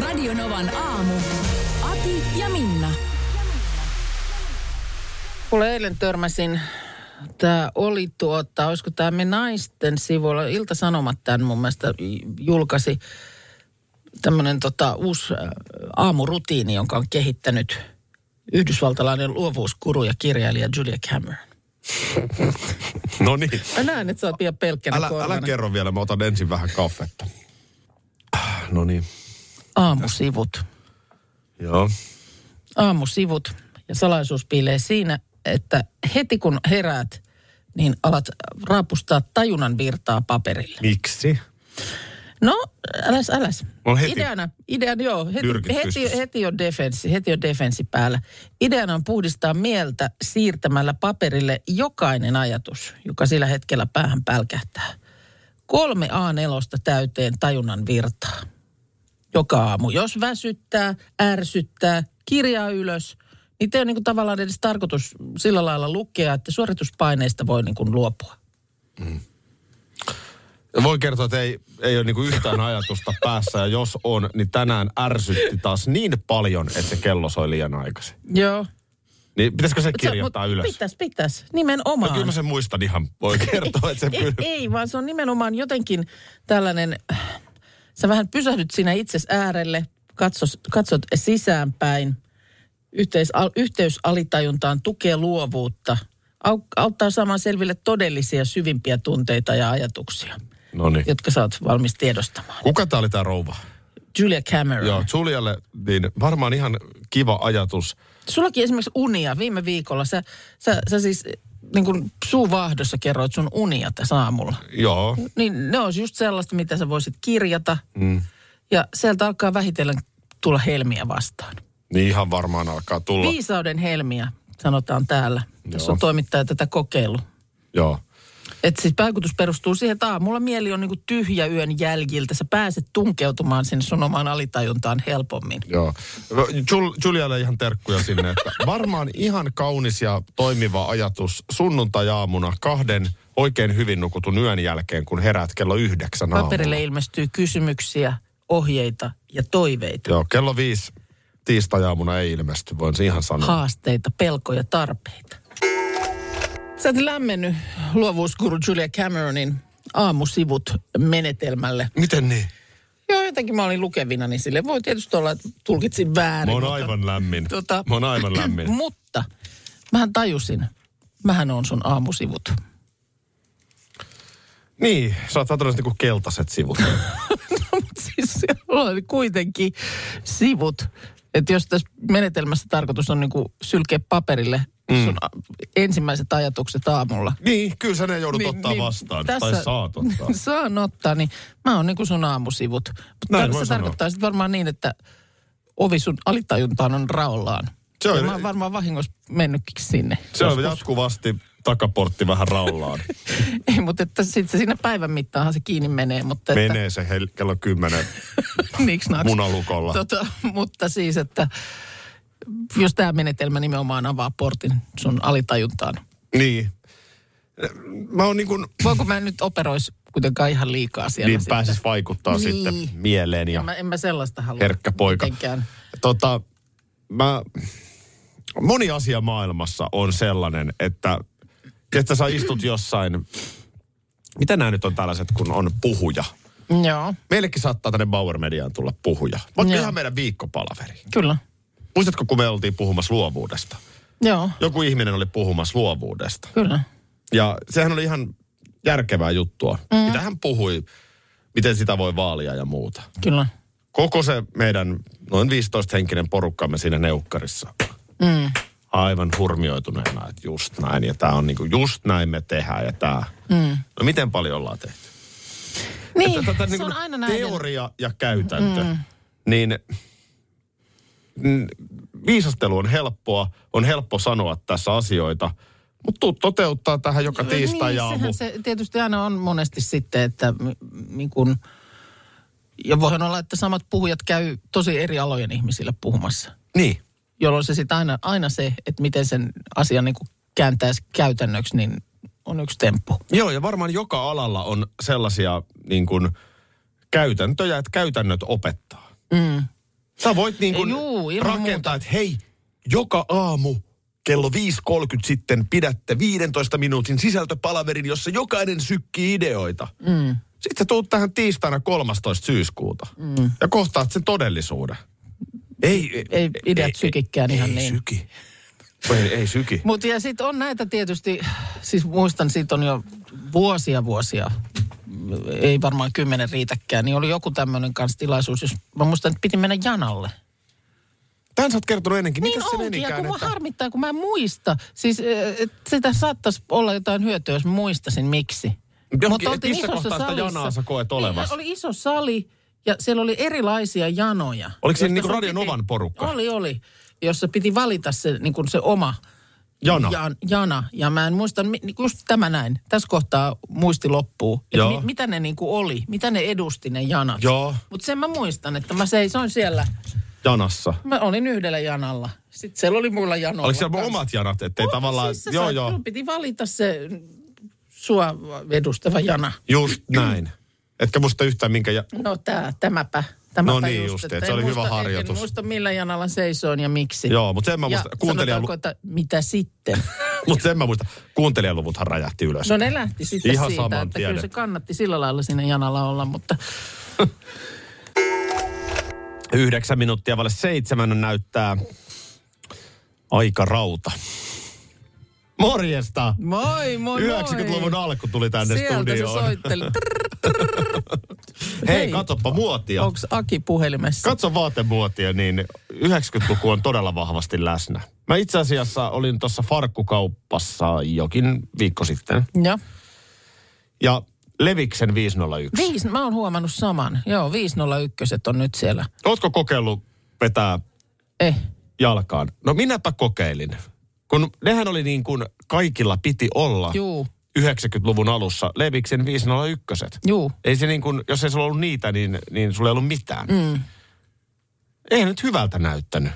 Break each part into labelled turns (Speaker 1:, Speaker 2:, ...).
Speaker 1: Radionovan aamu. Ati ja Minna.
Speaker 2: Kuule eilen törmäsin, tämä oli tuota, olisiko tämä me naisten sivuilla, Ilta-Sanomat tämän mun mielestä julkaisi tämmöinen tota, uusi äh, aamurutiini, jonka on kehittänyt yhdysvaltalainen luovuuskuru ja kirjailija Julia Cameron.
Speaker 3: No niin.
Speaker 2: Mä näen, että sä oot pian pelkkänä
Speaker 3: Älä, älä
Speaker 2: korvana.
Speaker 3: kerro vielä, mä otan ensin vähän kaffetta. No niin,
Speaker 2: Aamusivut.
Speaker 3: joo.
Speaker 2: aamusivut ja salaisuus piilee siinä, että heti kun heräät, niin alat raapustaa tajunnan virtaa paperille.
Speaker 3: Miksi?
Speaker 2: No, äläs, äläs.
Speaker 3: No heti.
Speaker 2: Ideana, ideana joo, heti,
Speaker 3: Nyrkit
Speaker 2: heti,
Speaker 3: pystyssä.
Speaker 2: heti, on defenssi, heti on defenssi päällä. Ideana on puhdistaa mieltä siirtämällä paperille jokainen ajatus, joka sillä hetkellä päähän pälkähtää. Kolme A4 täyteen tajunnan virtaa. Joka aamu. Jos väsyttää, ärsyttää, kirjaa ylös, niin te on niin kuin tavallaan edes tarkoitus sillä lailla lukea, että suorituspaineista voi niin kuin luopua.
Speaker 3: Voin kertoa, että ei, ei ole niinku yhtään ajatusta päässä, ja jos on, niin tänään ärsytti taas niin paljon, että se kello soi liian aikaisin.
Speaker 2: Joo.
Speaker 3: Niin pitäisikö se
Speaker 2: Mut se-
Speaker 3: kirjoittaa
Speaker 2: mut
Speaker 3: ylös?
Speaker 2: Pitäis, pitäis.
Speaker 3: No
Speaker 2: Nimenomaan.
Speaker 3: kyllä mä sen muistan ihan. Voi kertoa, että se
Speaker 2: ei,
Speaker 3: kyllä...
Speaker 2: ei, vaan se on nimenomaan jotenkin tällainen, äh, sä vähän pysähdyt siinä itses äärelle, katsot, katsot sisäänpäin, Yhteis, al, yhteys alitajuntaan tukee luovuutta, au, auttaa saamaan selville todellisia syvimpiä tunteita ja ajatuksia,
Speaker 3: No niin.
Speaker 2: jotka sä oot valmis tiedostamaan.
Speaker 3: Kuka tää oli tää rouva?
Speaker 2: Julia Cameron.
Speaker 3: Joo, Julialle, niin varmaan ihan kiva ajatus.
Speaker 2: Sullakin esimerkiksi unia viime viikolla. Sä, sä, sä siis niin kuin suuvaahdossa kerroit sun unia tässä aamulla.
Speaker 3: Joo,
Speaker 2: Niin ne on just sellaista, mitä sä voisit kirjata. Mm. Ja sieltä alkaa vähitellen tulla helmiä vastaan.
Speaker 3: niin ihan varmaan alkaa tulla.
Speaker 2: Viisauden helmiä, sanotaan täällä. Joo. Jos
Speaker 3: Joo.
Speaker 2: on toimittaja tätä kokeilu.
Speaker 3: Joo.
Speaker 2: Että siis vaikutus perustuu siihen, että aamulla mieli on niinku tyhjä yön jäljiltä. Sä pääset tunkeutumaan sinne sun omaan alitajuntaan helpommin.
Speaker 3: Joo. Jul- Julialle ihan terkkuja sinne, että varmaan ihan kaunis ja toimiva ajatus sunnuntajaamuna kahden oikein hyvin nukutun yön jälkeen, kun heräät kello yhdeksän aamulla.
Speaker 2: Paperille ilmestyy kysymyksiä, ohjeita ja toiveita.
Speaker 3: Joo, kello viisi tiistaiaamuna ei ilmesty, voin sen ihan sanoa. Ha.
Speaker 2: haasteita, pelkoja, tarpeita. Sä oot lämmennyt luovuuskuru Julia Cameronin aamusivut menetelmälle.
Speaker 3: Miten niin?
Speaker 2: Joo, jotenkin mä olin lukevina, niin sille voi tietysti olla, että tulkitsin
Speaker 3: Mä
Speaker 2: väärin.
Speaker 3: oon aivan lämmin.
Speaker 2: Tota-
Speaker 3: Mä oon aivan lämmin.
Speaker 2: Mutta mähän tajusin, mähän on sun aamusivut.
Speaker 3: niin, sä oot vähän tällaiset niinku keltaiset sivut.
Speaker 2: Mutta siis siellä oli kuitenkin sivut. Että jos tässä menetelmässä tarkoitus on niinku sylkeä paperille mm. sun a- ensimmäiset ajatukset aamulla,
Speaker 3: niin, kyllä sä ne joudut ottaa vastaan. Tai saat ottaa.
Speaker 2: Saan ottaa, niin mä oon niinku sun aamusivut. Mutta
Speaker 3: Näin voi
Speaker 2: se
Speaker 3: sanoa.
Speaker 2: tarkoittaa sitten varmaan niin, että ovi sun alitajuntaan on raollaan.
Speaker 3: Se on-
Speaker 2: ja mä oon varmaan vahingossa mennytkin sinne.
Speaker 3: Se on jatkuvasti takaportti vähän raollaan.
Speaker 2: Ei, mutta että sit se siinä päivän mittaanhan se kiinni menee, mutta että...
Speaker 3: Menee se hel- kello kymmenen
Speaker 2: Niks naks.
Speaker 3: Munalukolla.
Speaker 2: Tota, mutta siis, että jos tämä menetelmä nimenomaan avaa portin sun alitajuntaan.
Speaker 3: Niin. Mä oon niin kuin,
Speaker 2: Voinko mä en nyt operois kuitenkaan ihan liikaa siellä
Speaker 3: niin
Speaker 2: sitten?
Speaker 3: pääsis vaikuttaa
Speaker 2: Niin.
Speaker 3: niin. sitten mieleen ja
Speaker 2: En mä, en mä sellaista halua.
Speaker 3: herkkä poika.
Speaker 2: mitenkään.
Speaker 3: Tota, mä, moni asia maailmassa on sellainen, että, että sä istut jossain, mitä nämä nyt on tällaiset, kun on puhuja.
Speaker 2: Joo,
Speaker 3: Meillekin saattaa tänne Bauer Mediaan tulla puhuja. Vaikka
Speaker 2: Joo.
Speaker 3: ihan meidän viikkopalaveri.
Speaker 2: kyllä.
Speaker 3: Muistatko, kun me oltiin puhumassa luovuudesta?
Speaker 2: Joo,
Speaker 3: Joku ihminen oli puhumassa luovuudesta.
Speaker 2: kyllä.
Speaker 3: Ja sehän oli ihan järkevää juttua. Mm. Mitä hän puhui, miten sitä voi vaalia ja muuta.
Speaker 2: Kyllä.
Speaker 3: Koko se meidän noin 15-henkinen porukkamme siinä neukkarissa.
Speaker 2: Mm.
Speaker 3: Aivan hurmioituneena, että just näin. Ja tämä on niinku just näin me tehdään ja tämä. Mm. No miten paljon ollaan tehty?
Speaker 2: Niin,
Speaker 3: Että tätä
Speaker 2: se
Speaker 3: niinku
Speaker 2: on aina näin.
Speaker 3: Teoria ja käytäntö. Mm. niin mm, viisastelu on helppoa, on helppo sanoa tässä asioita, mutta tuu toteuttaa tähän joka tiistai
Speaker 2: niin,
Speaker 3: aamu.
Speaker 2: sehän se tietysti aina on monesti sitten, että niin kun, ja voihan olla, että samat puhujat käy tosi eri alojen ihmisille puhumassa,
Speaker 3: Niin.
Speaker 2: jolloin se sitten aina, aina se, että miten sen asian niin kuin kääntäisi käytännöksi, niin on yksi temppu.
Speaker 3: Joo, ja varmaan joka alalla on sellaisia niin kuin, käytäntöjä, että käytännöt opettaa. Mm. Sä voit niin kuin,
Speaker 2: Juu, ilman
Speaker 3: rakentaa, että hei, joka aamu kello 5.30 sitten pidätte 15 minuutin sisältöpalaverin, jossa jokainen sykkii ideoita. Mm. Sitten sä tuut tähän tiistaina 13. syyskuuta mm. ja kohtaat sen todellisuuden. Ei,
Speaker 2: Ei ideat sykikään
Speaker 3: ei,
Speaker 2: ihan
Speaker 3: ei
Speaker 2: niin.
Speaker 3: Syki. Ei, ei syki.
Speaker 2: Mutta ja sitten on näitä tietysti, siis muistan, siitä on jo vuosia vuosia, ei varmaan kymmenen riitäkään, niin oli joku tämmöinen kanssa tilaisuus, jos mä muistan, että piti mennä janalle.
Speaker 3: Tämän sä oot kertonut ennenkin.
Speaker 2: Niin
Speaker 3: Mitäs se
Speaker 2: onkin, ja kun
Speaker 3: menikään?
Speaker 2: mua harmittaa, kun mä en muista. Siis eh, et sitä saattaisi olla jotain hyötyä, jos mä muistaisin miksi.
Speaker 3: Johonkin-
Speaker 2: Mutta
Speaker 3: et
Speaker 2: oltiin
Speaker 3: missä
Speaker 2: isossa
Speaker 3: kohtaa sitä
Speaker 2: salissa.
Speaker 3: janaa sä koet
Speaker 2: Niin,
Speaker 3: olevasi?
Speaker 2: oli iso sali ja siellä oli erilaisia janoja.
Speaker 3: Oliko siinä
Speaker 2: josta
Speaker 3: niinku
Speaker 2: sun
Speaker 3: Radio
Speaker 2: piti-
Speaker 3: Novan porukka?
Speaker 2: Oli, oli. Jossa piti valita se, niin kuin se oma
Speaker 3: Jana.
Speaker 2: Jan, jana. Ja mä en muista, mi- niinku just tämä näin. Tässä kohtaa muisti loppuu. Et
Speaker 3: Joo.
Speaker 2: Mi, mitä ne niinku oli? Mitä ne edusti ne janat?
Speaker 3: Joo.
Speaker 2: Mutta sen mä muistan, että mä seisoin siellä.
Speaker 3: Janassa.
Speaker 2: Mä olin yhdellä janalla. Sitten siellä oli muilla janoilla.
Speaker 3: Oliko siellä
Speaker 2: kans.
Speaker 3: omat janat, ettei
Speaker 2: Oli,
Speaker 3: tavallaan...
Speaker 2: Siis joo, joo. Sun piti valita se sua edustava jana.
Speaker 3: Just näin. Etkä muista yhtään minkä... Ja...
Speaker 2: No tää, tämäpä. tämäpä
Speaker 3: No niin just, et se
Speaker 2: en
Speaker 3: oli hyvä
Speaker 2: muista-
Speaker 3: harjoitus.
Speaker 2: En muista millä janalla seisoin ja miksi.
Speaker 3: Joo, mutta sen mä
Speaker 2: Niin. ja
Speaker 3: muistan. Kuuntelijalu...
Speaker 2: sanotaanko, että mitä sitten?
Speaker 3: Mut sen mä muistan. Kuuntelijaluvuthan räjähti ylös.
Speaker 2: No ne lähti sitten
Speaker 3: Ihan
Speaker 2: siitä,
Speaker 3: saman
Speaker 2: että
Speaker 3: tien,
Speaker 2: kyllä se
Speaker 3: että-
Speaker 2: kannatti sillä lailla siinä janalla olla, mutta
Speaker 3: Yhdeksän minuuttia vaille seitsemän näyttää aika rauta. Morjesta!
Speaker 2: moi moi
Speaker 3: 90-luvun
Speaker 2: moi.
Speaker 3: alku tuli tänne
Speaker 2: No Sieltä se
Speaker 3: studioon.
Speaker 2: soitteli. Trrr,
Speaker 3: Hei,
Speaker 2: Hei.
Speaker 3: katoppa muotia.
Speaker 2: Onks Aki puhelimessa?
Speaker 3: Katso vaatemuotia, niin 90-luku on todella vahvasti läsnä. Mä itse asiassa olin tuossa farkkukaupassa jokin viikko sitten.
Speaker 2: Joo.
Speaker 3: Ja Leviksen 501.
Speaker 2: Viis, mä oon huomannut saman. Joo, 501 on nyt siellä.
Speaker 3: Ootko kokeillut vetää
Speaker 2: Eh.
Speaker 3: jalkaan? No minäpä kokeilin. Kun nehän oli niin kuin kaikilla piti olla
Speaker 2: Juu,
Speaker 3: 90-luvun alussa Leviksen 501.
Speaker 2: juu.
Speaker 3: Ei se niin kuin, jos ei sulla ollut niitä, niin, niin sulla ei ollut mitään. Mm. Ei nyt hyvältä näyttänyt.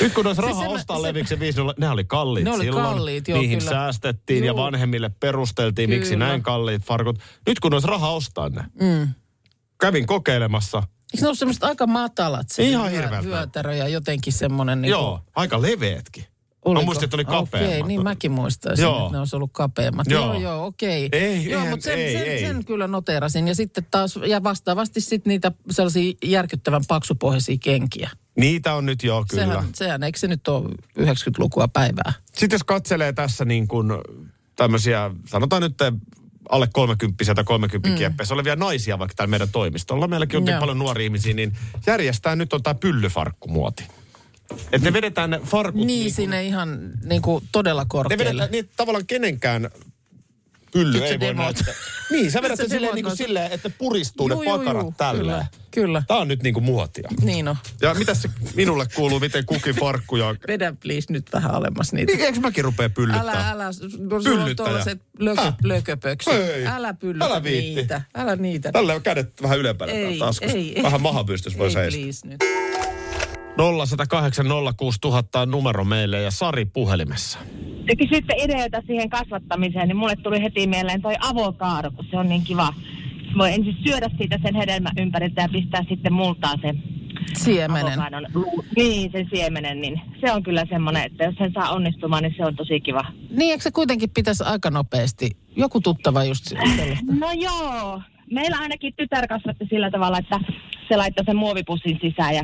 Speaker 3: nyt kun olisi rahaa
Speaker 2: se Siis mä-
Speaker 3: ostaa
Speaker 2: se-
Speaker 3: Leviksen 501, ne oli kalliit
Speaker 2: Ne oli
Speaker 3: silloin.
Speaker 2: kalliit, joo,
Speaker 3: Niihin
Speaker 2: kyllä.
Speaker 3: säästettiin ja
Speaker 2: Juu.
Speaker 3: vanhemmille perusteltiin, miksi
Speaker 2: Kyllä.
Speaker 3: näin kalliit farkut. Nyt kun olisi rahaa ostaa ne. Mm. Kävin kokeilemassa.
Speaker 2: Eikö ne ollut semmoiset aika matalat? se
Speaker 3: Ihan
Speaker 2: vyö-
Speaker 3: hirveältä.
Speaker 2: Vyötärö ja jotenkin semmoinen. Niin
Speaker 3: Joo, aika leveätkin.
Speaker 2: Oliko?
Speaker 3: Mä muistin, että oli kapeammat.
Speaker 2: Okei, niin mäkin muistaisin,
Speaker 3: Joo.
Speaker 2: joo. että ne olisi ollut kapeammat.
Speaker 3: Joo.
Speaker 2: Joo, joo, joo okei.
Speaker 3: Ei,
Speaker 2: joo,
Speaker 3: eihän-
Speaker 2: mutta sen,
Speaker 3: ei,
Speaker 2: sen,
Speaker 3: ei.
Speaker 2: sen kyllä noterasin. Ja sitten taas, ja vastaavasti sitten niitä sellaisia järkyttävän paksupohjaisia kenkiä.
Speaker 3: Niitä on nyt joo, kyllä.
Speaker 2: Sehän, sehän, eikö se nyt ole 90-lukua päivää?
Speaker 3: Sitten jos katselee tässä niin kuin tämmöisiä, sanotaan nyt alle 30 tai 30 kieppeessä olevia naisia vaikka täällä meidän toimistolla. Meilläkin on niin
Speaker 2: Mm. Joo.
Speaker 3: paljon nuoria ihmisiä, niin järjestää nyt on tämä pyllyfarkkumuoti. Että ne vedetään ne farkut. niinku-
Speaker 2: Niin, sinne ihan niin kuin todella
Speaker 3: ne vedetään
Speaker 2: korkealle.
Speaker 3: niin, että tavallaan kenenkään pylly
Speaker 2: Nyt sä
Speaker 3: ei voi
Speaker 2: demoat.
Speaker 3: näyttää. Niin, sä
Speaker 2: Nyt
Speaker 3: vedät
Speaker 2: sä
Speaker 3: sen silleen,
Speaker 2: demoat
Speaker 3: niin kuin
Speaker 2: noita.
Speaker 3: silleen, että puristuu ne
Speaker 2: Juu, juu,
Speaker 3: pakarat
Speaker 2: juu,
Speaker 3: tällä.
Speaker 2: kyllä, kyllä.
Speaker 3: Tämä on nyt niin kuin muotia.
Speaker 2: Niin on.
Speaker 3: Ja mitä se minulle kuuluu, miten kukin farkkuja on?
Speaker 2: Vedä please nyt vähän alemmas niitä.
Speaker 3: Niin, eikö mäkin rupea pyllyttää?
Speaker 2: Älä, älä, no, sulla on
Speaker 3: Pyllyttäjä.
Speaker 2: tuollaiset lökö,
Speaker 3: Häh?
Speaker 2: lököpöksyt.
Speaker 3: Ei.
Speaker 2: Älä pyllytä
Speaker 3: Älä viitti.
Speaker 2: niitä. Älä niitä.
Speaker 3: Tällä on kädet vähän ylempänä
Speaker 2: Ei,
Speaker 3: ei, taskussa.
Speaker 2: ei, ei.
Speaker 3: Vähän mahapystys voi
Speaker 2: Ei,
Speaker 3: seistä.
Speaker 2: please nyt.
Speaker 3: 0806000 on numero meille ja Sari puhelimessa.
Speaker 4: te kysyitte ideoita siihen kasvattamiseen, niin mulle tuli heti mieleen toi avokaado, kun se on niin kiva. Voi ensin syödä siitä sen hedelmän ympäriltä ja pistää sitten multaa sen
Speaker 2: Siemenen.
Speaker 4: avokaadon luu- niin, sen siemenen, niin se on kyllä semmoinen, että jos sen saa onnistumaan, niin se on tosi kiva.
Speaker 2: Niin, eikö se kuitenkin pitäisi aika nopeasti? Joku tuttava just se- sellaista.
Speaker 4: No joo, meillä ainakin tytär kasvatti sillä tavalla, että se laittoi sen muovipussin sisään ja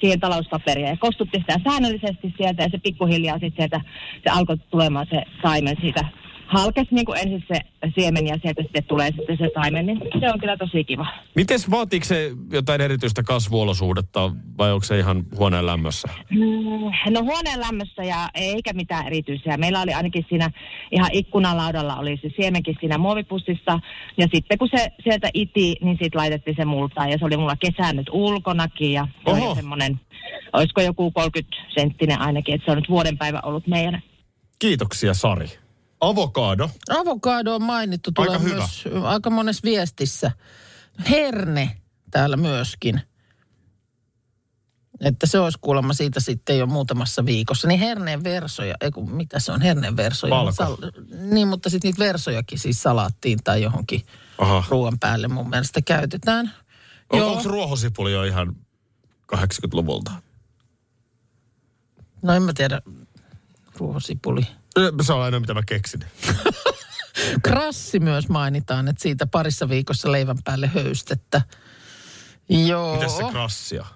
Speaker 4: siihen talouspaperia ja kostutti sitä säännöllisesti sieltä ja se pikkuhiljaa sitten sieltä se alkoi tulemaan se saimen siitä halkesi niin kuin ensin se siemen ja sieltä sitten tulee sitten se taimen, niin se on kyllä tosi kiva.
Speaker 3: Mites vaatiiko se jotain erityistä kasvuolosuhdetta vai onko se ihan huoneen lämmössä?
Speaker 4: Mm, No huoneen lämmössä ja eikä mitään erityisiä. Meillä oli ainakin siinä ihan ikkunalaudalla oli se siemenkin siinä muovipussissa. Ja sitten kun se sieltä iti, niin siitä laitettiin se multaan. Ja se oli mulla kesän nyt ulkonakin ja se
Speaker 3: Oho.
Speaker 4: oli semmoinen, olisiko joku 30 senttinen ainakin. Että se on nyt vuoden päivä ollut meidän.
Speaker 3: Kiitoksia Sari. Avokaado.
Speaker 2: Avokado on mainittu. Tulee
Speaker 3: Aika hyvä.
Speaker 2: myös ö, aika monessa viestissä. Herne täällä myöskin. Että se olisi kuulemma siitä sitten jo muutamassa viikossa. Niin herneen versoja, ei kun mitä se on herneen versoja?
Speaker 3: Valko.
Speaker 2: niin, mutta sitten niitä versojakin siis salaattiin tai johonkin
Speaker 3: Aha.
Speaker 2: ruoan päälle mun mielestä käytetään.
Speaker 3: On,
Speaker 2: Joo.
Speaker 3: onko ruohosipuli jo ihan 80-luvulta?
Speaker 2: No en mä tiedä. Ruohosipuli.
Speaker 3: Ö, Se on aina mitä mä keksin.
Speaker 2: Krassi myös mainitaan, että siitä parissa viikossa leivän päälle höystettä. Joo.
Speaker 3: Mitäs se krassia?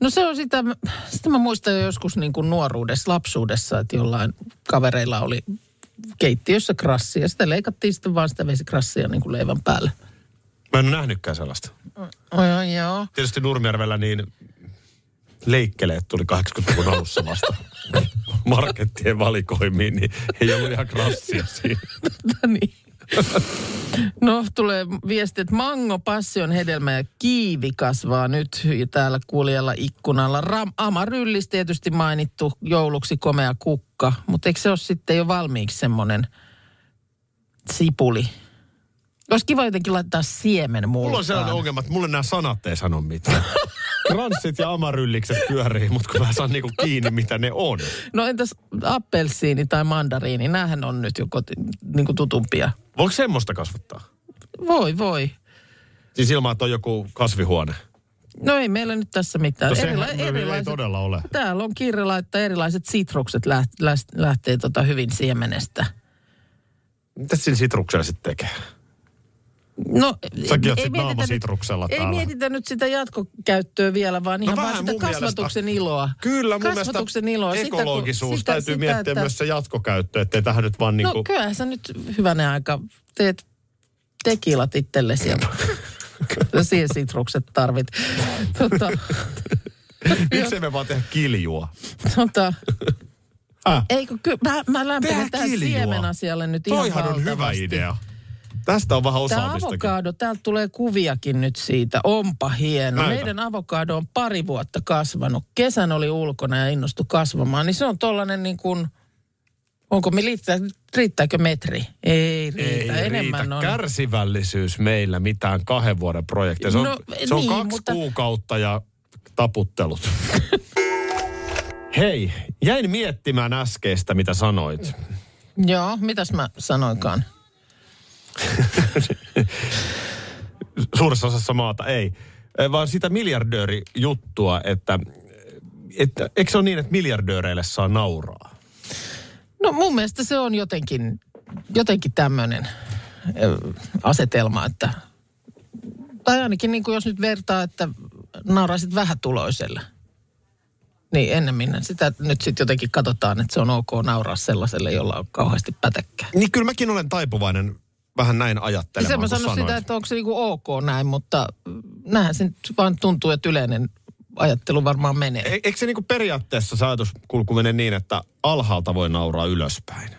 Speaker 2: No se on sitä, sitä mä muistan jo joskus niin kuin nuoruudessa, lapsuudessa, että jollain kavereilla oli keittiössä krassia. Sitä leikattiin sitten vaan sitä vesikrassia niin kuin leivän päälle.
Speaker 3: Mä en ole nähnytkään sellaista.
Speaker 2: Joo, joo.
Speaker 3: Tietysti Nurmijärvellä niin leikkeleet tuli 80-luvun alussa vasta markettien valikoimiin, niin ei ollut ihan krassia siinä.
Speaker 2: No niin. No tulee viesti, että mango, passion, hedelmä ja kiivi kasvaa nyt ja täällä kuulijalla ikkunalla. Ram, amaryllis tietysti mainittu jouluksi komea kukka, mutta eikö se ole sitten jo valmiiksi semmoinen sipuli? Olisi kiva jotenkin laittaa siemen
Speaker 3: Mulla on sellainen
Speaker 2: multaan.
Speaker 3: ongelma, että mulle nämä sanat ei sano mitään. Kranssit ja amaryllikset pyörii, mutta kun mä saan niinku kiinni, mitä ne on.
Speaker 2: No entäs appelsiini tai mandariini? Nämähän on nyt jo koti, niin kuin tutumpia.
Speaker 3: Voiko semmoista kasvattaa?
Speaker 2: Voi, voi.
Speaker 3: Siis ilman, että on joku kasvihuone.
Speaker 2: No ei meillä nyt tässä mitään.
Speaker 3: No sehän
Speaker 2: Erila-
Speaker 3: ei todella ole.
Speaker 2: Täällä on kirjalla, että erilaiset sitrukset läht, läht, lähtee tota hyvin siemenestä.
Speaker 3: Mitä sillä sitruksella sitten tekee?
Speaker 2: No,
Speaker 3: Säkin oot
Speaker 2: ei
Speaker 3: sit
Speaker 2: mietitä
Speaker 3: naama
Speaker 2: nyt-
Speaker 3: sitruksella
Speaker 2: Ei
Speaker 3: täällä. No
Speaker 2: mietitä nyt sitä jatkokäyttöä vielä, vaan ihan vaan
Speaker 3: vähän
Speaker 2: sitä
Speaker 3: mun
Speaker 2: kasvatuksen
Speaker 3: mielestä-
Speaker 2: iloa.
Speaker 3: Kyllä, mun
Speaker 2: kasvatuksen
Speaker 3: mielestä
Speaker 2: iloa.
Speaker 3: ekologisuus sitä, täytyy sitä, miettiä
Speaker 2: että-
Speaker 3: että... myös se jatkokäyttö, ettei tähän nyt vaan
Speaker 2: No
Speaker 3: niinku...
Speaker 2: kyllähän sä nyt hyvänä aika teet tekilat itsellesi ja kyllä siihen sitrukset tarvit. Tota,
Speaker 3: Miksei me vaan tehdä kiljua?
Speaker 2: tota,
Speaker 3: Äh,
Speaker 2: eikö, ky, mä, mä lämpenen
Speaker 3: Tehdä
Speaker 2: tähän
Speaker 3: kiljua.
Speaker 2: siemenasialle nyt ihan
Speaker 3: toihan on hyvä
Speaker 2: valtavasti.
Speaker 3: idea. Tästä on vähän
Speaker 2: Tämä
Speaker 3: osaamistakin.
Speaker 2: avokaado, täältä tulee kuviakin nyt siitä. Onpa hieno.
Speaker 3: Näytä.
Speaker 2: Meidän avokaado on pari vuotta kasvanut. Kesän oli ulkona ja innostui kasvamaan. Niin se on tollainen niin kuin, onko me liittää, riittääkö metri? Ei
Speaker 3: Ei
Speaker 2: riitä, enemmän
Speaker 3: riitä
Speaker 2: on.
Speaker 3: kärsivällisyys meillä mitään kahden vuoden projekteja. Se on,
Speaker 2: No,
Speaker 3: se on
Speaker 2: niin,
Speaker 3: kaksi
Speaker 2: mutta-
Speaker 3: kuukautta ja taputtelut. Hei, jäin miettimään äskeistä, mitä sanoit.
Speaker 2: Joo, mitäs mä sanoinkaan?
Speaker 3: Suuressa osassa maata ei. Eh, Vaan sitä miljardööri-juttua, että, että eikö se ole niin, että miljardööreille saa nauraa?
Speaker 2: No mun mielestä se on jotenkin, jotenkin tämmöinen asetelma, että tai ainakin niin kuin jos nyt vertaa, että nauraisit vähätuloiselle, niin ennemmin sitä nyt sitten jotenkin katsotaan, että se on ok nauraa sellaiselle, jolla on kauheasti pätäkkää.
Speaker 3: Niin kyllä mäkin olen taipuvainen vähän näin ajattelemaan,
Speaker 2: Sen mä
Speaker 3: kun
Speaker 2: sanon
Speaker 3: sanoit.
Speaker 2: sitä, että onko Niin se niinku ok näin, mutta mm, näinhän se nyt vaan tuntuu, että yleinen ajattelu varmaan menee.
Speaker 3: E- Eikö se niinku periaatteessa se ajatuskulku mene niin, että alhaalta voi nauraa ylöspäin,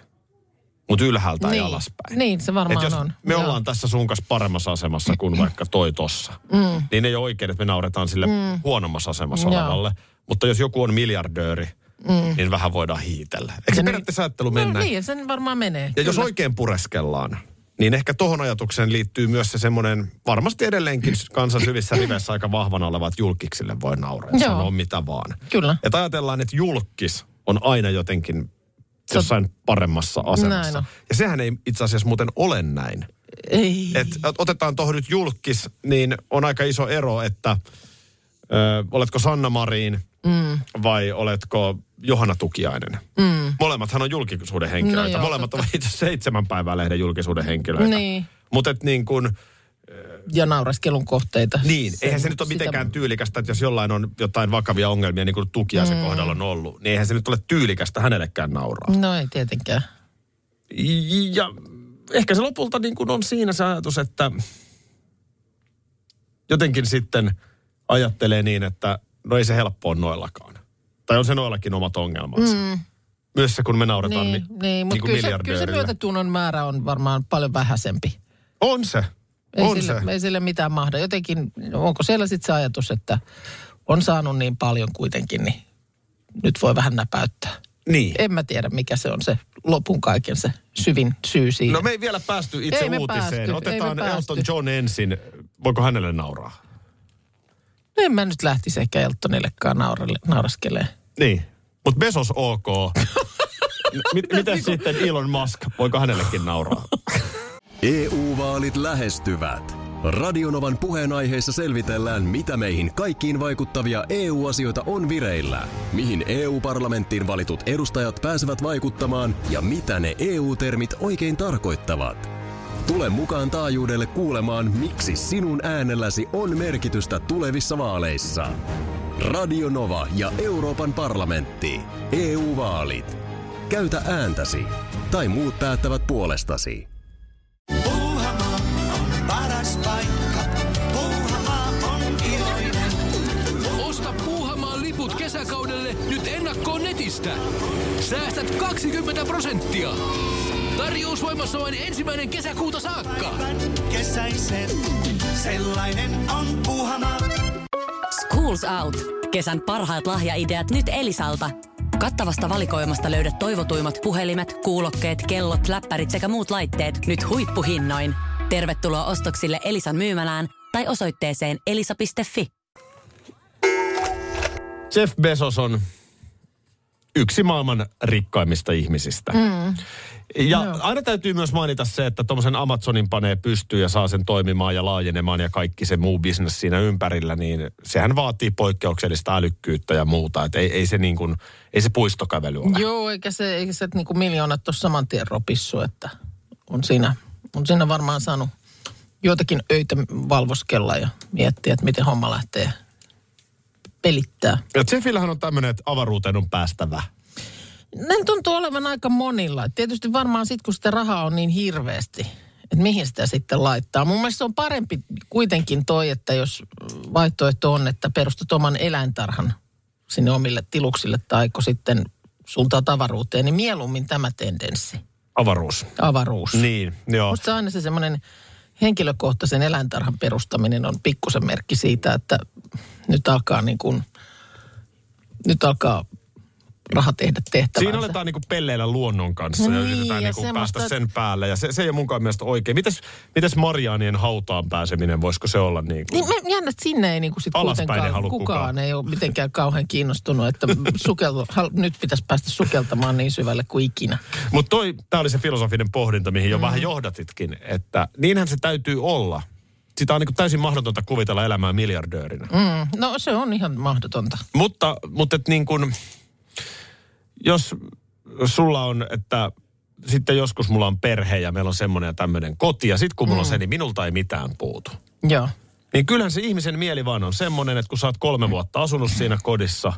Speaker 3: mutta ylhäältä ei
Speaker 2: Niin.
Speaker 3: alaspäin?
Speaker 2: Niin, se varmaan
Speaker 3: Et jos
Speaker 2: on.
Speaker 3: me
Speaker 2: Joo.
Speaker 3: ollaan tässä sun kanssa paremmassa asemassa kuin vaikka toi tossa, mm. niin ei ole oikein, että me nauretaan sille mm. huonommassa asemassa
Speaker 2: Joo.
Speaker 3: olevalle. Mutta jos joku on miljardööri, mm. niin vähän voidaan hiitellä. Eikö se
Speaker 2: niin-
Speaker 3: periaatteessa ajattelu mennä?
Speaker 2: No niin, sen varmaan menee.
Speaker 3: Ja jos
Speaker 2: kyllä.
Speaker 3: oikein pureskellaan, niin ehkä tohon ajatukseen liittyy myös se semmoinen, varmasti edelleenkin kansan syvissä riveissä aika vahvana oleva, että julkiksille voi nauraa ja
Speaker 2: Joo.
Speaker 3: sanoa mitä vaan.
Speaker 2: Kyllä.
Speaker 3: Että ajatellaan, että julkis on aina jotenkin jossain paremmassa
Speaker 2: Näin
Speaker 3: asemassa.
Speaker 2: on.
Speaker 3: Ja sehän ei itse asiassa muuten ole näin.
Speaker 2: Ei.
Speaker 3: Et otetaan tuohon nyt julkis, niin on aika iso ero, että ö, oletko Sanna Marin mm. vai oletko Johanna Tukiainen. Mm. Molemmathan on julkisuuden henkilöitä.
Speaker 2: No
Speaker 3: No
Speaker 2: joo,
Speaker 3: joo, Molemmat
Speaker 2: totta.
Speaker 3: ovat itse asiassa seitsemän päivää lehden julkisuuden henkilöitä.
Speaker 2: Niin.
Speaker 3: Mutta et niin kuin,
Speaker 2: ja nauraskelun kohteita.
Speaker 3: niin, eihän se nyt ole
Speaker 2: sitä-
Speaker 3: mitenkään tyylikästä, että jos jollain on jotain vakavia ongelmia, niin kuin Tukiaisen mm. kohdalla on ollut, niin eihän se nyt ole tyylikästä hänellekään nauraa.
Speaker 2: No ei tietenkään.
Speaker 3: Ja ehkä se lopulta niin kuin on siinä se ajatus, että jotenkin sitten ajattelee niin, että no ei se helppoa ole noillakaan. Tai on se noillakin omat ongelmansa. Mm. Myös se, kun me nauretaan
Speaker 2: Niin, niin, niin mutta
Speaker 3: kuin
Speaker 2: kyllä, se, kyllä se
Speaker 3: miljardöörillä.
Speaker 2: myötätunnon määrä on varmaan paljon vähäisempi.
Speaker 3: On se.
Speaker 2: Ei,
Speaker 3: on
Speaker 2: sille,
Speaker 3: se.
Speaker 2: ei sille mitään mahda. Jotenkin, onko siellä sitten se ajatus, että on saanut niin paljon kuitenkin, niin nyt voi vähän näpäyttää.
Speaker 3: Niin.
Speaker 2: En mä tiedä, mikä se on se lopun kaiken se syvin syy siihen.
Speaker 3: No me ei vielä päästy itse
Speaker 2: Ei me
Speaker 3: uutiseen.
Speaker 2: päästy, ei me
Speaker 3: Otetaan
Speaker 2: päästy.
Speaker 3: Elton John ensin. Voiko hänelle nauraa?
Speaker 2: No en mä nyt lähtisi ehkä Eltonillekaan naurelle, nauraskeleen.
Speaker 3: Niin. Mutta Besos ok. Mit, miten
Speaker 2: Niin
Speaker 3: sitten Elon Musk? Voiko hänellekin nauraa?
Speaker 5: EU-vaalit E lähestyvät. Radionovan puheenaiheessa selvitellään, mitä meihin kaikkiin vaikuttavia EU-asioita on vireillä, mihin EU-parlamenttiin valitut edustajat pääsevät vaikuttamaan ja mitä ne EU-termit oikein tarkoittavat. Tule mukaan taajuudelle kuulemaan, miksi sinun äänelläsi on merkitystä tulevissa vaaleissa. Radio Nova ja Euroopan parlamentti. EU-vaalit. Käytä ääntäsi. Tai muut päättävät puolestasi.
Speaker 6: Puuhamaa on paras paikka. Puuhamaa on iloinen.
Speaker 7: Osta Puuhamaan liput kesäkaudelle nyt ennakkoon netistä. Säästät 20 prosenttia. Tarjous voimassa vain ensimmäinen kesäkuuta saakka.
Speaker 6: Kesäisen. Sellainen on Puuhamaa.
Speaker 8: Schools Out. Kesän parhaat lahjaideat nyt Elisalta. Kattavasta valikoimasta löydät toivotuimmat puhelimet, kuulokkeet, kellot, läppärit sekä muut laitteet nyt huippuhinnoin. Tervetuloa ostoksille Elisan myymälään tai osoitteeseen elisa.fi.
Speaker 3: Jeff Bezos on yksi maailman rikkaimmista ihmisistä. Mm. Ja no. aina täytyy myös mainita se, että tuommoisen Amazonin panee pystyyn ja saa sen toimimaan ja laajenemaan ja kaikki se muu bisnes siinä ympärillä, niin sehän vaatii poikkeuksellista älykkyyttä ja muuta. Et ei, ei, se niin kuin, ei se puistokävely ole.
Speaker 2: Joo, eikä se, eikä se niinku miljoonat ole saman tien ropissu, että on siinä, on siinä varmaan saanut joitakin öitä valvoskella ja miettiä, että miten homma lähtee pelittää.
Speaker 3: Ja Jeffillähän on tämmöinen, että avaruuteen on päästävä.
Speaker 2: Näin tuntuu olevan aika monilla. Tietysti varmaan sitten, kun sitä rahaa on niin hirveästi, että mihin sitä sitten laittaa. Mun mielestä se on parempi kuitenkin toi, että jos vaihtoehto on, että perustat oman eläintarhan sinne omille tiluksille tai kun sitten suuntaa avaruuteen, niin mieluummin tämä tendenssi,
Speaker 3: Avaruus.
Speaker 2: avaruus.
Speaker 3: Niin, joo.
Speaker 2: Musta se on aina se semmoinen henkilökohtaisen eläintarhan perustaminen on pikkusen merkki siitä, että nyt alkaa niin kuin, nyt alkaa raha tehdä tehtävänsä.
Speaker 3: Siinä aletaan niinku pelleillä luonnon
Speaker 2: No
Speaker 3: kanssa ja
Speaker 2: niin,
Speaker 3: yritetään
Speaker 2: ja
Speaker 3: niinku
Speaker 2: semmoista-
Speaker 3: päästä sen päälle. Ja se, se ei ole munkaan mielestä oikein. Mites, mites Mariaanien hautaan pääseminen, voisiko se olla niin kuin?
Speaker 2: Niin mä jännä, että sinne ei niinku sit
Speaker 3: Alaspäin
Speaker 2: kuitenkaan,
Speaker 3: ei halua
Speaker 2: kukaan,
Speaker 3: kukaan.
Speaker 2: ei ole mitenkään kauhean kiinnostunut, että sukeltu, hal, nyt pitäisi päästä sukeltamaan niin syvälle kuin ikinä.
Speaker 3: Mutta toi, tää oli se filosofinen pohdinta, mihin
Speaker 2: Mm.
Speaker 3: jo vähän johdatitkin, että niinhän se täytyy olla. Sitä on niinku täysin mahdotonta kuvitella elämää miljardöörinä. Mm.
Speaker 2: Mm, No se on ihan mahdotonta.
Speaker 3: Mutta, mutta et niin kuin, jos sulla on, että sitten joskus mulla on perhe ja meillä on semmoinen ja tämmöinen koti ja sitten kun mulla mm. on se, niin minulta ei mitään puutu.
Speaker 2: Joo.
Speaker 3: Niin kyllähän se ihmisen mieli vaan on semmoinen, että kun sä oot
Speaker 2: Mm.
Speaker 3: kolme vuotta asunut siinä kodissa,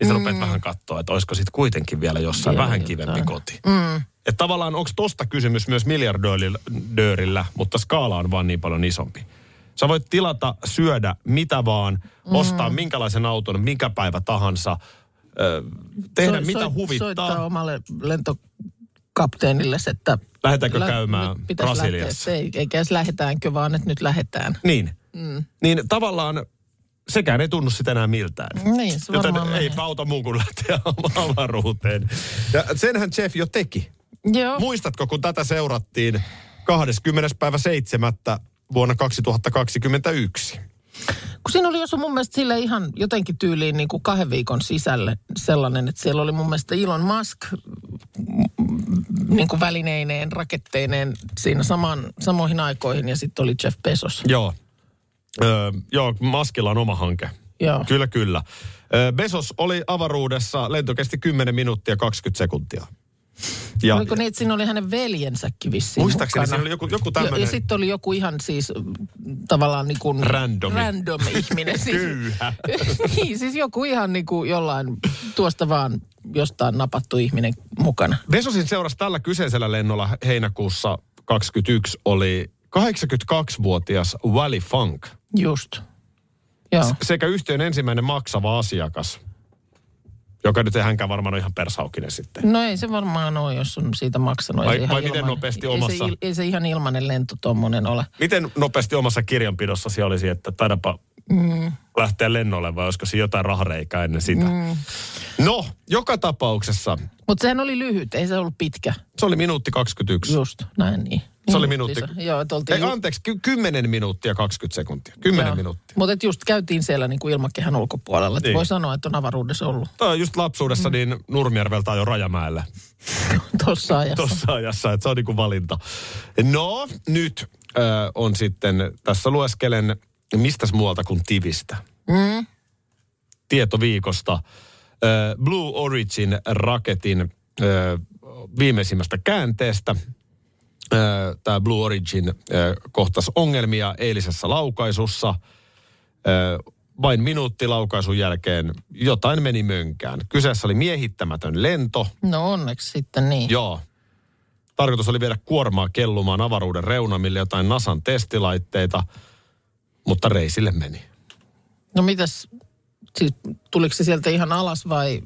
Speaker 3: niin sä rupeat vähän katsoa, että olisiko sit kuitenkin vielä jossain
Speaker 2: Vielä
Speaker 3: vielä vähän
Speaker 2: jotain.
Speaker 3: jotain. kivempi koti. Mm. Että tavallaan onko tosta kysymys myös miljardöörillä, mutta skaala on vaan niin paljon isompi. Sä voit tilata, syödä mitä vaan, mm. ostaa minkälaisen auton, minkä päivä tahansa, ö, tehdä
Speaker 2: Soi-
Speaker 3: mitä
Speaker 2: soit-
Speaker 3: huvittaa.
Speaker 2: Soittaa omalle lentokapteenille, että...
Speaker 3: Lähdetäänkö
Speaker 2: lä-
Speaker 3: käymään
Speaker 2: nyt pitäisi
Speaker 3: Brasiliassa?
Speaker 2: Lähteä, ei, eikä edes lähetäänkö, vaan että nyt lähetään.
Speaker 3: Niin. Mm. Niin tavallaan sekään ei tunnu sitä enää miltään.
Speaker 2: Niin, se
Speaker 3: Joten
Speaker 2: varmaan
Speaker 3: ei
Speaker 2: menee.
Speaker 3: auta muu kuin lähteä avaruuteen. Ja senhän Jeff jo teki.
Speaker 2: Joo.
Speaker 3: Muistatko, kun tätä seurattiin 20. päivä 7. vuonna 2021?
Speaker 2: Kun siinä oli jos mun mielestä sille ihan jotenkin tyyliin niin kuin kahden viikon sisälle sellainen, että siellä oli mun mielestä Elon Musk mm, niin kuin välineineen, raketteineen siinä samaan, samoihin aikoihin ja sitten oli Jeff Bezos.
Speaker 3: Joo. Öö, joo, Maskilla on oma hanke.
Speaker 2: Joo.
Speaker 3: Kyllä, kyllä. Öö, Besos oli avaruudessa, lento kesti 10 minuuttia 20 sekuntia.
Speaker 2: Ja, Oliko niin, että siinä oli hänen veljensäkin vissiin
Speaker 3: Muistaakseni
Speaker 2: mukana?
Speaker 3: siinä oli joku- joku
Speaker 2: Ja, ja
Speaker 3: tämmöinen-
Speaker 2: sitten oli joku ihan siis mm, tavallaan niin kuin...
Speaker 3: Randomi.
Speaker 2: Random ihminen. siis,
Speaker 3: Kyyhä.
Speaker 2: niin, siis joku ihan niin kuin jollain niinku tuosta vaan jostain napattu ihminen mukana.
Speaker 3: Besosin seurassa tällä kyseisellä lennolla heinäkuussa 21 oli 82-vuotias Wally Funk –
Speaker 2: Just. Joo.
Speaker 3: sekä yhtiön ensimmäinen maksava asiakas, joka nyt ei hänkään varmaan ole ihan persaukinen sitten.
Speaker 2: No ei se varmaan ole, jos on siitä maksanut. Ei
Speaker 3: Vai-
Speaker 2: se ihan
Speaker 3: vai miten nopeasti omassa?
Speaker 2: Ei se, il- ei se ihan ilmanen lento tommonen ole.
Speaker 3: Miten nopeasti omassa kirjanpidossasi olisi, että taidapa lähteä lennolle vai olisiko siinä jotain rahareikää ennen sitä? No, joka tapauksessa
Speaker 2: Mutta sehän oli lyhyt, ei se ollut pitkä.
Speaker 3: se oli minuutti 21.
Speaker 2: Just, näin niin.
Speaker 3: Se oli
Speaker 2: Niin
Speaker 3: minuutti.
Speaker 2: justiinsa. Joo, että oltiin...
Speaker 3: Ei, anteeksi, ky- 10 minuuttia 20 sekuntia. 10 minuuttia.
Speaker 2: Mutta just käytiin siellä niin kuin ilmakehän ulkopuolella. Niin.
Speaker 3: Niin.
Speaker 2: Voi sanoa, että on avaruudessa ollut
Speaker 3: Tämä on just lapsuudessa niin Nurmijärveltä jo Rajamäelle.
Speaker 2: tuossa ajassa. Tos.
Speaker 3: tuossa ajassa, että se on niin kuin valinta. No, nyt ö, on sitten, tässä lueskelen, mistäs muualta kuin Tivistä. Mm. Tieto viikosta. Ö, Blue Origin raketin ö, viimeisimmästä käänteestä. Tämä Blue Origin ö, kohtasi ongelmia eilisessä laukaisussa. Ö, vain minuutti laukaisun jälkeen jotain meni mönkään. Kyseessä oli miehittämätön lento,
Speaker 2: No onneksi sitten niin.
Speaker 3: Joo. Tarkoitus oli viedä kuormaa kellumaan avaruuden reunamille jotain NASAn testilaitteita, mutta reisille meni.
Speaker 2: No mitäs, siis tuliko se sieltä ihan alas vai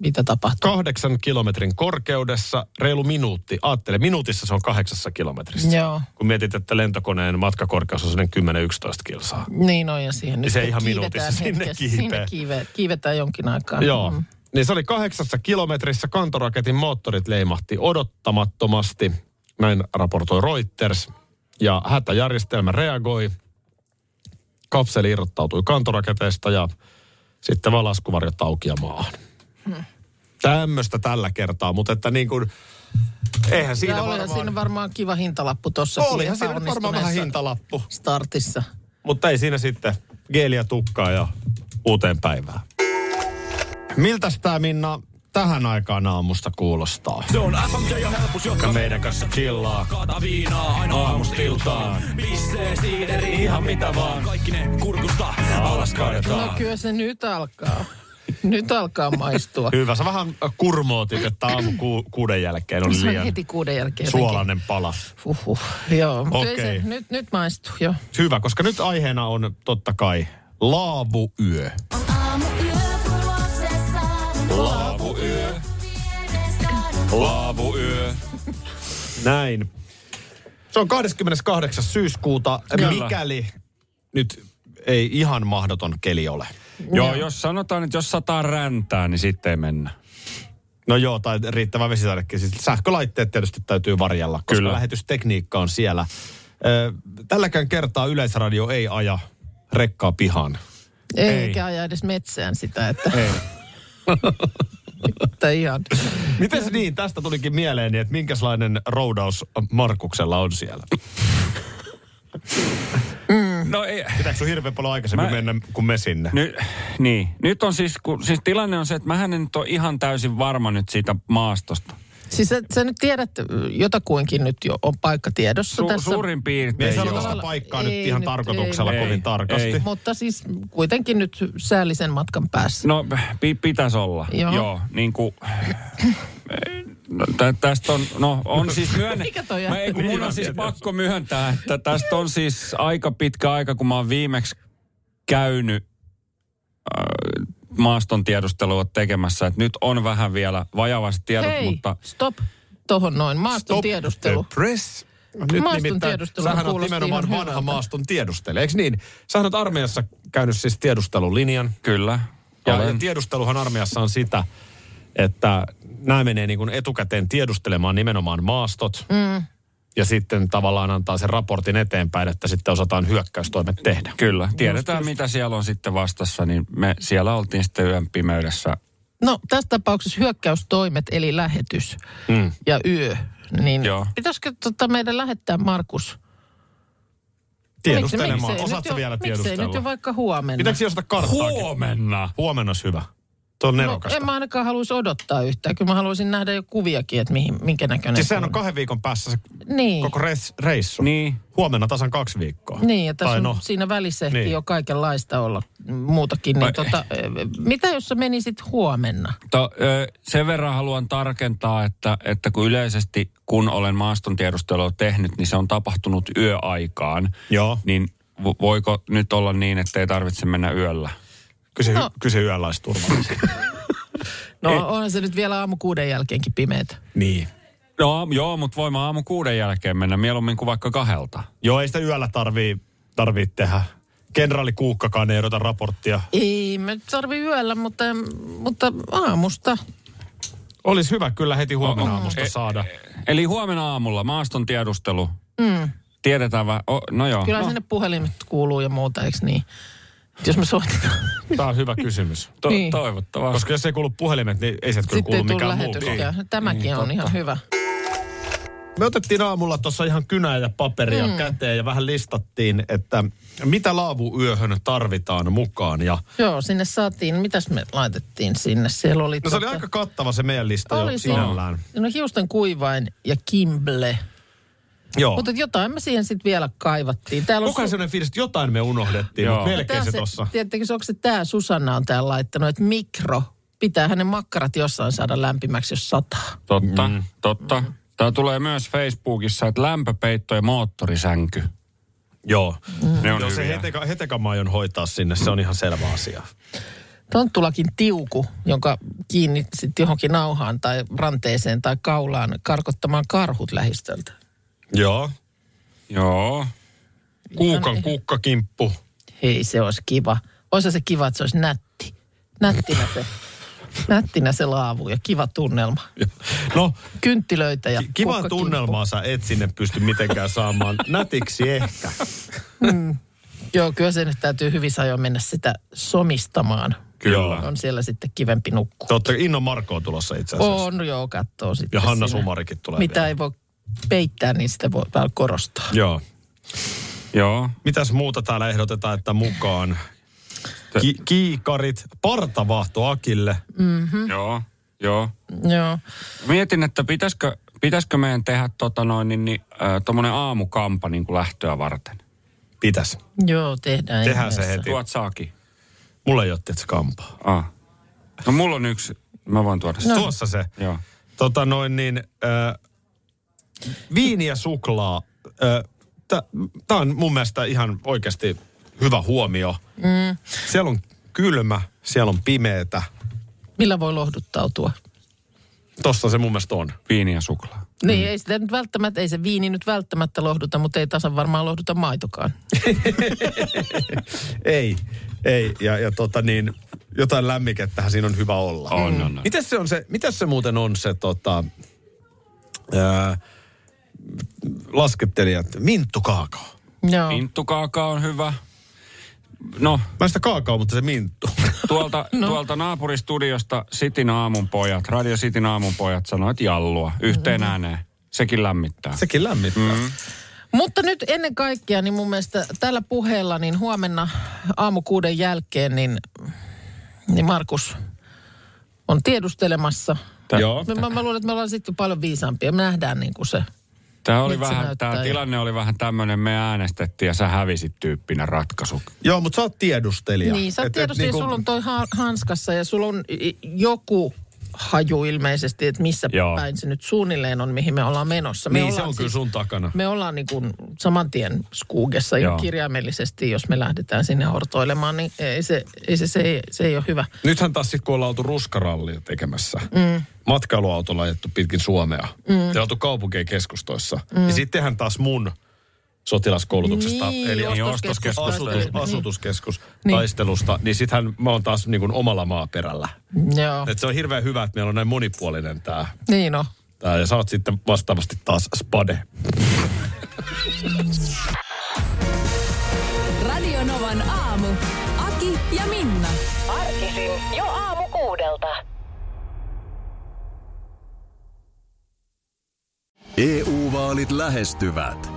Speaker 2: mitä tapahtui?
Speaker 3: Kahdeksan kilometrin korkeudessa, reilu minuutti. Aattele, minuutissa se on kahdeksassa kilometrissä.
Speaker 2: Joo.
Speaker 3: Kun mietit, että lentokoneen matkakorkeus on sellainen 10-11 kilsaa.
Speaker 2: Niin on ja siihen nyt
Speaker 3: Se ihan
Speaker 2: kiivetään
Speaker 3: minuutissa sinne
Speaker 2: hetkessä. Sinne
Speaker 3: kiipeää.
Speaker 2: kiive, kiivetään jonkin aikaa.
Speaker 3: Joo.
Speaker 2: Mm.
Speaker 3: Niin se oli kahdeksassa kilometrissä, kantoraketin moottorit leimahti odottamattomasti, näin raportoi Reuters. Ja hätäjärjestelmä reagoi, kapseli irrottautui kantoraketeista ja sitten vaan laskuvarjot auki ja maahan.
Speaker 2: Hmm.
Speaker 3: Tämmöistä tällä kertaa, mutta että niin kuin, eihän siinä
Speaker 2: ja olihan
Speaker 3: varmaan...
Speaker 2: siinä varmaan kiva hintalappu tuossa.
Speaker 3: olihan siinä nyt varmaan vähän hintalappu,
Speaker 2: Startissa.
Speaker 3: mutta ei siinä sitten geeliä tukkaa ja uuteen päivään. Miltäs tämä Minna tähän aikaan aamusta kuulostaa?
Speaker 6: Se on FMJ ja helpus, joka
Speaker 3: Joka meidän kanssa chillaa.
Speaker 6: kaata viinaa aina aamustiltaan. Pissee siideri ihan mitä vaan. Kaikki ne kurkusta alas
Speaker 2: No
Speaker 6: kaadetaan.
Speaker 2: kyllä se nyt alkaa. nyt alkaa maistua.
Speaker 3: Hyvä, sä vähän kurmootit, että aamu ku, kuuden jälkeen oli
Speaker 2: Se on
Speaker 3: liian
Speaker 2: heti kuuden jälkeen. jotenkin.
Speaker 3: suolainen pala.
Speaker 2: Huhhuh, joo. Mut ei
Speaker 3: Okei.
Speaker 2: Se, nyt, nyt maistuu, joo.
Speaker 3: Hyvä, koska nyt aiheena on totta kai laavuyö.
Speaker 6: Laavuyö. Laavuyö.
Speaker 3: Näin. Se on 28. syyskuuta,
Speaker 9: Kyllä.
Speaker 3: mikäli nyt ei ihan mahdoton keli ole.
Speaker 9: Joo, jos sanotaan, että jos sataa räntää, niin sitten ei mennä.
Speaker 3: No joo, tai riittävä vesitaidekin. Siis sähkölaitteet tietysti täytyy varjella, koska Kyllä.
Speaker 9: Kyllä.
Speaker 3: lähetystekniikka on siellä. Ö, Tälläkään kertaa Yleisradio ei aja rekkaa pihaan.
Speaker 2: Eikä aja edes metsään sitä, että... Ei. että ihan.
Speaker 3: Mites niin, tästä tulikin mieleen, että minkälainen roudaus Markuksella on siellä?
Speaker 9: No ei,
Speaker 3: Pitääkö sun hirveän paljon aikaisemmin
Speaker 9: Mä-
Speaker 3: mennä kuin me sinne?
Speaker 9: Ny, niin. Nyt on siis, kun, siis tilanne on se, että mähän en nyt ole ihan täysin varma nyt siitä maastosta.
Speaker 2: Siis sä, sä nyt tiedät, jotakuinkin nyt jo on paikka tiedossa
Speaker 9: Su,
Speaker 2: tässä.
Speaker 9: Suurin
Speaker 3: Me ei
Speaker 9: piirtein
Speaker 3: sanota
Speaker 9: joo.
Speaker 3: sitä
Speaker 2: Tavallaan-
Speaker 3: paikkaa
Speaker 2: ei
Speaker 3: nyt ihan
Speaker 2: nyt,
Speaker 3: tarkoituksella
Speaker 9: ei.
Speaker 3: kovin
Speaker 9: Ei,
Speaker 3: tarkasti.
Speaker 9: ei.
Speaker 2: Mutta siis kuitenkin nyt säällisen matkan päässä.
Speaker 9: No pi, pitäisi olla.
Speaker 2: Joo.
Speaker 9: Joo. joo niin kuin, no, tä, tästä on, no on siis myönne...
Speaker 2: Mikä toi on?
Speaker 9: mä, ei, kun mun on siis pakko myöntää, että tästä on siis aika pitkä aika, kun mä oon viimeksi käynyt äh, maaston tiedustelua tekemässä. Että nyt on vähän vielä vajavasti tiedot,
Speaker 2: Hei,
Speaker 9: mutta...
Speaker 2: stop tohon noin. Maaston
Speaker 3: Stop
Speaker 2: tiedustelu.
Speaker 3: the press. Nyt
Speaker 2: Maaston
Speaker 3: nimittäin,
Speaker 2: tiedustelu
Speaker 3: Sähän oot
Speaker 2: kuulosti
Speaker 3: nimenomaan
Speaker 2: ihan
Speaker 3: vanha
Speaker 2: hyvältä.
Speaker 3: maaston tiedustelija, eikö niin? Sähän oot armeijassa käynyt siis tiedustelulinjan.
Speaker 9: Kyllä.
Speaker 3: Ja, ja
Speaker 9: olen.
Speaker 3: tiedusteluhan armeijassa on sitä, että nämä menee niin kuin etukäteen tiedustelemaan nimenomaan maastot. Mm. Ja sitten tavallaan antaa sen raportin eteenpäin, että sitten osataan hyökkäystoimet tehdä.
Speaker 2: No
Speaker 9: Kyllä, tiedetään mitä siellä on sitten vastassa, niin me siellä oltiin sitten yön pimeydessä.
Speaker 2: No tässä tapauksessa hyökkäystoimet eli lähetys mm. ja yö. Niin
Speaker 9: Joo.
Speaker 2: pitäisikö tota meidän lähettää Markus?
Speaker 3: Tiedustelemaan.
Speaker 2: Miksei- miksei
Speaker 3: Osaatko
Speaker 2: nyt jo-
Speaker 3: vielä
Speaker 2: Miksei nyt jo
Speaker 3: tiedustella?
Speaker 2: vaikka huomenna?
Speaker 3: Pitääkö osata karttaakin?
Speaker 9: Huomenna!
Speaker 3: Huomenna olisi hyvä. Tuo on
Speaker 2: No,
Speaker 3: nerokasta.
Speaker 2: en mä ainakaan haluaisi odottaa yhtään. Kyllä mä haluaisin nähdä jo kuviakin, että mihin, minkä näköinen
Speaker 3: Siis
Speaker 2: se
Speaker 3: sehän on kahden viikon päässä se
Speaker 2: Niin,
Speaker 3: koko res, reissu.
Speaker 9: Niin.
Speaker 3: Huomenna tasan kaksi viikkoa.
Speaker 2: niin ja tässä
Speaker 3: Tai
Speaker 2: on,
Speaker 3: no,
Speaker 2: siinä välissä ehtii
Speaker 3: Niin.
Speaker 2: jo kaikenlaista olla mm, muutakin. Niin,
Speaker 9: Ai-
Speaker 2: tota, eh, mitä jos sä menisit huomenna?
Speaker 9: To, ö, sen verran haluan tarkentaa, että, että kun yleisesti kun olen maaston tiedustelua tehnyt, niin se on tapahtunut yöaikaan.
Speaker 3: Joo.
Speaker 9: Niin vo- voiko nyt olla niin, että ei tarvitse mennä yöllä?
Speaker 3: kyse,
Speaker 2: No.
Speaker 3: no. kyse yöläisturvallisesti.
Speaker 2: No ei. onhan se nyt vielä aamu kuuden jälkeenkin pimeetä.
Speaker 3: niin.
Speaker 9: No aam- joo, mutta voimme aamu kuuden jälkeen mennä mieluummin kuin vaikka kahdelta.
Speaker 3: Joo, ei sitä yöllä tarvii, tarvii tehdä. Kenraali Kuukkakaan ei odota raporttia.
Speaker 2: Ei, me tarvii yöllä, mutta, mutta aamusta.
Speaker 3: Olisi hyvä kyllä heti huomenna
Speaker 9: E-
Speaker 3: aamusta saada.
Speaker 9: Oh. Eli huomenna aamulla maaston tiedustelu. Mm. Tiedetään vähän, oh, no joo.
Speaker 2: Kyllä
Speaker 9: no,
Speaker 2: no. sinne puhelimet kuuluu ja muuta, eikö niin? Jos me
Speaker 3: No
Speaker 2: soitetaan.
Speaker 3: Tämä on hyvä kysymys.
Speaker 9: to,
Speaker 2: niin.
Speaker 9: toivottavasti.
Speaker 3: Koska jos ei kuulu puhelimet, niin ei sieltä
Speaker 2: Sitten
Speaker 3: kyllä
Speaker 2: ei
Speaker 3: kuulu
Speaker 2: tule
Speaker 3: mikään muu.
Speaker 2: lähetyskään. Tämäkin niin, on ihan hyvä.
Speaker 3: Me otettiin aamulla tuossa ihan kynää ja paperia mm. käteen ja vähän listattiin, että mitä laavuyöhön tarvitaan mukaan. Ja
Speaker 2: Joo, sinne saatiin, mitäs me laitettiin sinne? Siellä oli...
Speaker 3: no se oli
Speaker 2: tota-
Speaker 3: aika kattava se meidän lista
Speaker 2: Oli
Speaker 3: jo
Speaker 2: siinä.
Speaker 3: sinällään.
Speaker 2: No hiusten kuivain ja kimble.
Speaker 3: Joo.
Speaker 2: Mutta jotain me siihen sitten vielä kaivattiin. Täällä on
Speaker 3: Koko ajan sellainen fiilis, että jotain me unohdettiin,
Speaker 9: Joo.
Speaker 3: mutta
Speaker 2: No tää
Speaker 3: melkein se tossa.
Speaker 2: Tiedättekö, se, onko se tämä Susanna on täällä laittanut, että mikro. Pitää hänen makkarat jossain saada lämpimäksi, jos sataa.
Speaker 9: Totta, mm. totta. Tämä tulee myös Facebookissa, että lämpöpeitto ja moottorisänky.
Speaker 3: Joo.
Speaker 9: Ne on
Speaker 3: Joo, se
Speaker 9: hyviä.
Speaker 3: heteka, heteka mä aion hoitaa sinne, se on ihan selvä asia.
Speaker 2: Tonttulakin tiuku, jonka kiinni sitten johonkin nauhaan tai ranteeseen tai kaulaan karkottamaan karhut lähistöltä.
Speaker 3: Joo.
Speaker 9: Joo.
Speaker 2: No niin.
Speaker 3: Kuukan kukkakimppu.
Speaker 2: Hei, se olisi kiva. Olisi se kiva, että se olisi nätti. Nättinä se, nättinä se laavu ja kiva tunnelma.
Speaker 3: No,
Speaker 2: Kynttilöitä ja
Speaker 3: ki- kivaa
Speaker 2: kukkakimppu.
Speaker 3: tunnelmaa sä et sinne pysty mitenkään saamaan. Nätiksi ehkä.
Speaker 2: Joo, kyllä se nyt täytyy hyvissä ajoin mennä sitä somistamaan.
Speaker 3: Kyllä.
Speaker 2: On siellä sitten kivempi nukkua.
Speaker 3: Te olette Inno Marko on tulossa itse asiassa.
Speaker 2: On, joo, katsoo sitten.
Speaker 3: Ja Hanna
Speaker 2: siinä.
Speaker 3: Sumarikin tulee
Speaker 2: Mitä
Speaker 3: vielä.
Speaker 2: ei voi peittää, niin sitä voi vähän korostaa.
Speaker 3: Joo.
Speaker 9: Joo.
Speaker 3: Mitäs muuta täällä ehdotetaan, että mukaan? Ki- kiikarit, partavahto Akille.
Speaker 9: Mm. Joo. Joo.
Speaker 2: Joo.
Speaker 9: Mietin, että pitäisikö, pitäisikö meidän tehdä tota noin, niin, niin, äh, tommonen aamukampa niin kuin lähtöä varten.
Speaker 3: Pitäs.
Speaker 2: Joo, tehdään.
Speaker 3: Tehdään se
Speaker 2: ihmeessä.
Speaker 3: heti.
Speaker 9: Tuot saakin.
Speaker 3: Mulla ei ole tietysti kampaa.
Speaker 9: Ah. No mulla on yksi, mä voin tuoda sen.
Speaker 3: No. Tuossa se.
Speaker 9: Joo.
Speaker 3: Tota noin niin, äh, viini ja suklaa. Äh, Tämä on mun mielestä ihan oikeasti hyvä huomio. Mm. Siellä on kylmä, siellä on pimeetä.
Speaker 2: Millä voi lohduttautua?
Speaker 3: Tossa se mun mielestä on.
Speaker 9: Viini ja suklaa.
Speaker 2: Niin,
Speaker 3: Mm.
Speaker 2: ei sitä nyt välttämättä, ei se viini nyt välttämättä lohduta, mutta ei tasan varmaan lohduta maitokaan.
Speaker 3: Ei, ei. Ja, ja tota niin, jotain lämmikettähän siinä on hyvä olla.
Speaker 9: On, on, on.
Speaker 3: Mitäs se on se, mitäs se muuten on se tota, ää, laskettelijat, minttukaakao?
Speaker 2: Joo.
Speaker 3: Niin.
Speaker 9: Pinttukaaka on hyvä. No,
Speaker 3: Mä en sitä kaakao, mutta se minttu.
Speaker 9: tuolta, no. tuolta naapuristudiosta Sitin aamun pojat, Radio Sitin aamun pojat sanoivat jallua yhteen ääneen. Sekin lämmittää.
Speaker 3: Sekin lämmittää. Mm.
Speaker 2: Mutta nyt ennen kaikkea, niin mun mielestä tällä puheella, niin huomenna aamu kuuden jälkeen, niin, niin Markus on tiedustelemassa.
Speaker 9: Tä-
Speaker 3: Joo.
Speaker 2: Me, No, mä, mä luulen, että me ollaan sitten paljon viisaampia. Me nähdään niin kuin se.
Speaker 9: Tämä, oli
Speaker 2: Miltä se
Speaker 9: vähän,
Speaker 2: näyttää,
Speaker 9: tämä
Speaker 2: joo.
Speaker 9: tilanne oli vähän tämmöinen, me äänestettiin ja sä hävisit tyyppinen ratkaisu.
Speaker 3: Joo, mutta sä oot tiedustelija.
Speaker 2: Niin, sä
Speaker 3: Et- et
Speaker 2: tiedustelija,
Speaker 3: niinku-
Speaker 2: sulla on toi ha- hanskassa ja sulla on i- joku haju ilmeisesti, että missä
Speaker 9: Joo.
Speaker 2: päin se nyt suunnilleen on, mihin me ollaan menossa. Me
Speaker 3: Niin, se
Speaker 2: ollaan
Speaker 3: on
Speaker 2: siis-
Speaker 3: kyllä sun takana.
Speaker 2: Me ollaan niin kuin saman tien skuugessa
Speaker 9: Joo.
Speaker 2: Joo. kirjaimellisesti, jos me lähdetään sinne hortoilemaan, niin ei se, ei se, se, ei, se ei ole hyvä.
Speaker 3: Nythän taas sit, kun ollaan oltu ruskarallia tekemässä, mm. matkailuautolla ajettu pitkin Suomea mm. ja oltu kaupunkien keskustoissa, mm. niin sittenhän taas mun sotilaskoulutuksesta,
Speaker 2: Niin,
Speaker 3: eli
Speaker 2: ostoskeskus-
Speaker 3: ostoskeskus, asutus,
Speaker 2: Niin.
Speaker 3: asutuskeskus
Speaker 2: Niin.
Speaker 3: taistelusta, niin sittenhän mä oon taas niin kuin omalla maaperällä.
Speaker 2: Joo,
Speaker 3: Et se on hirveän hyvä, että meillä on näin monipuolinen tämä.
Speaker 2: niin on.
Speaker 3: Tää, ja sä oot sitten vastaavasti taas spade.
Speaker 1: Radio Novan aamu. Aki ja Minna.
Speaker 10: Arkisin jo aamu kuudelta.
Speaker 5: EU-vaalit E lähestyvät.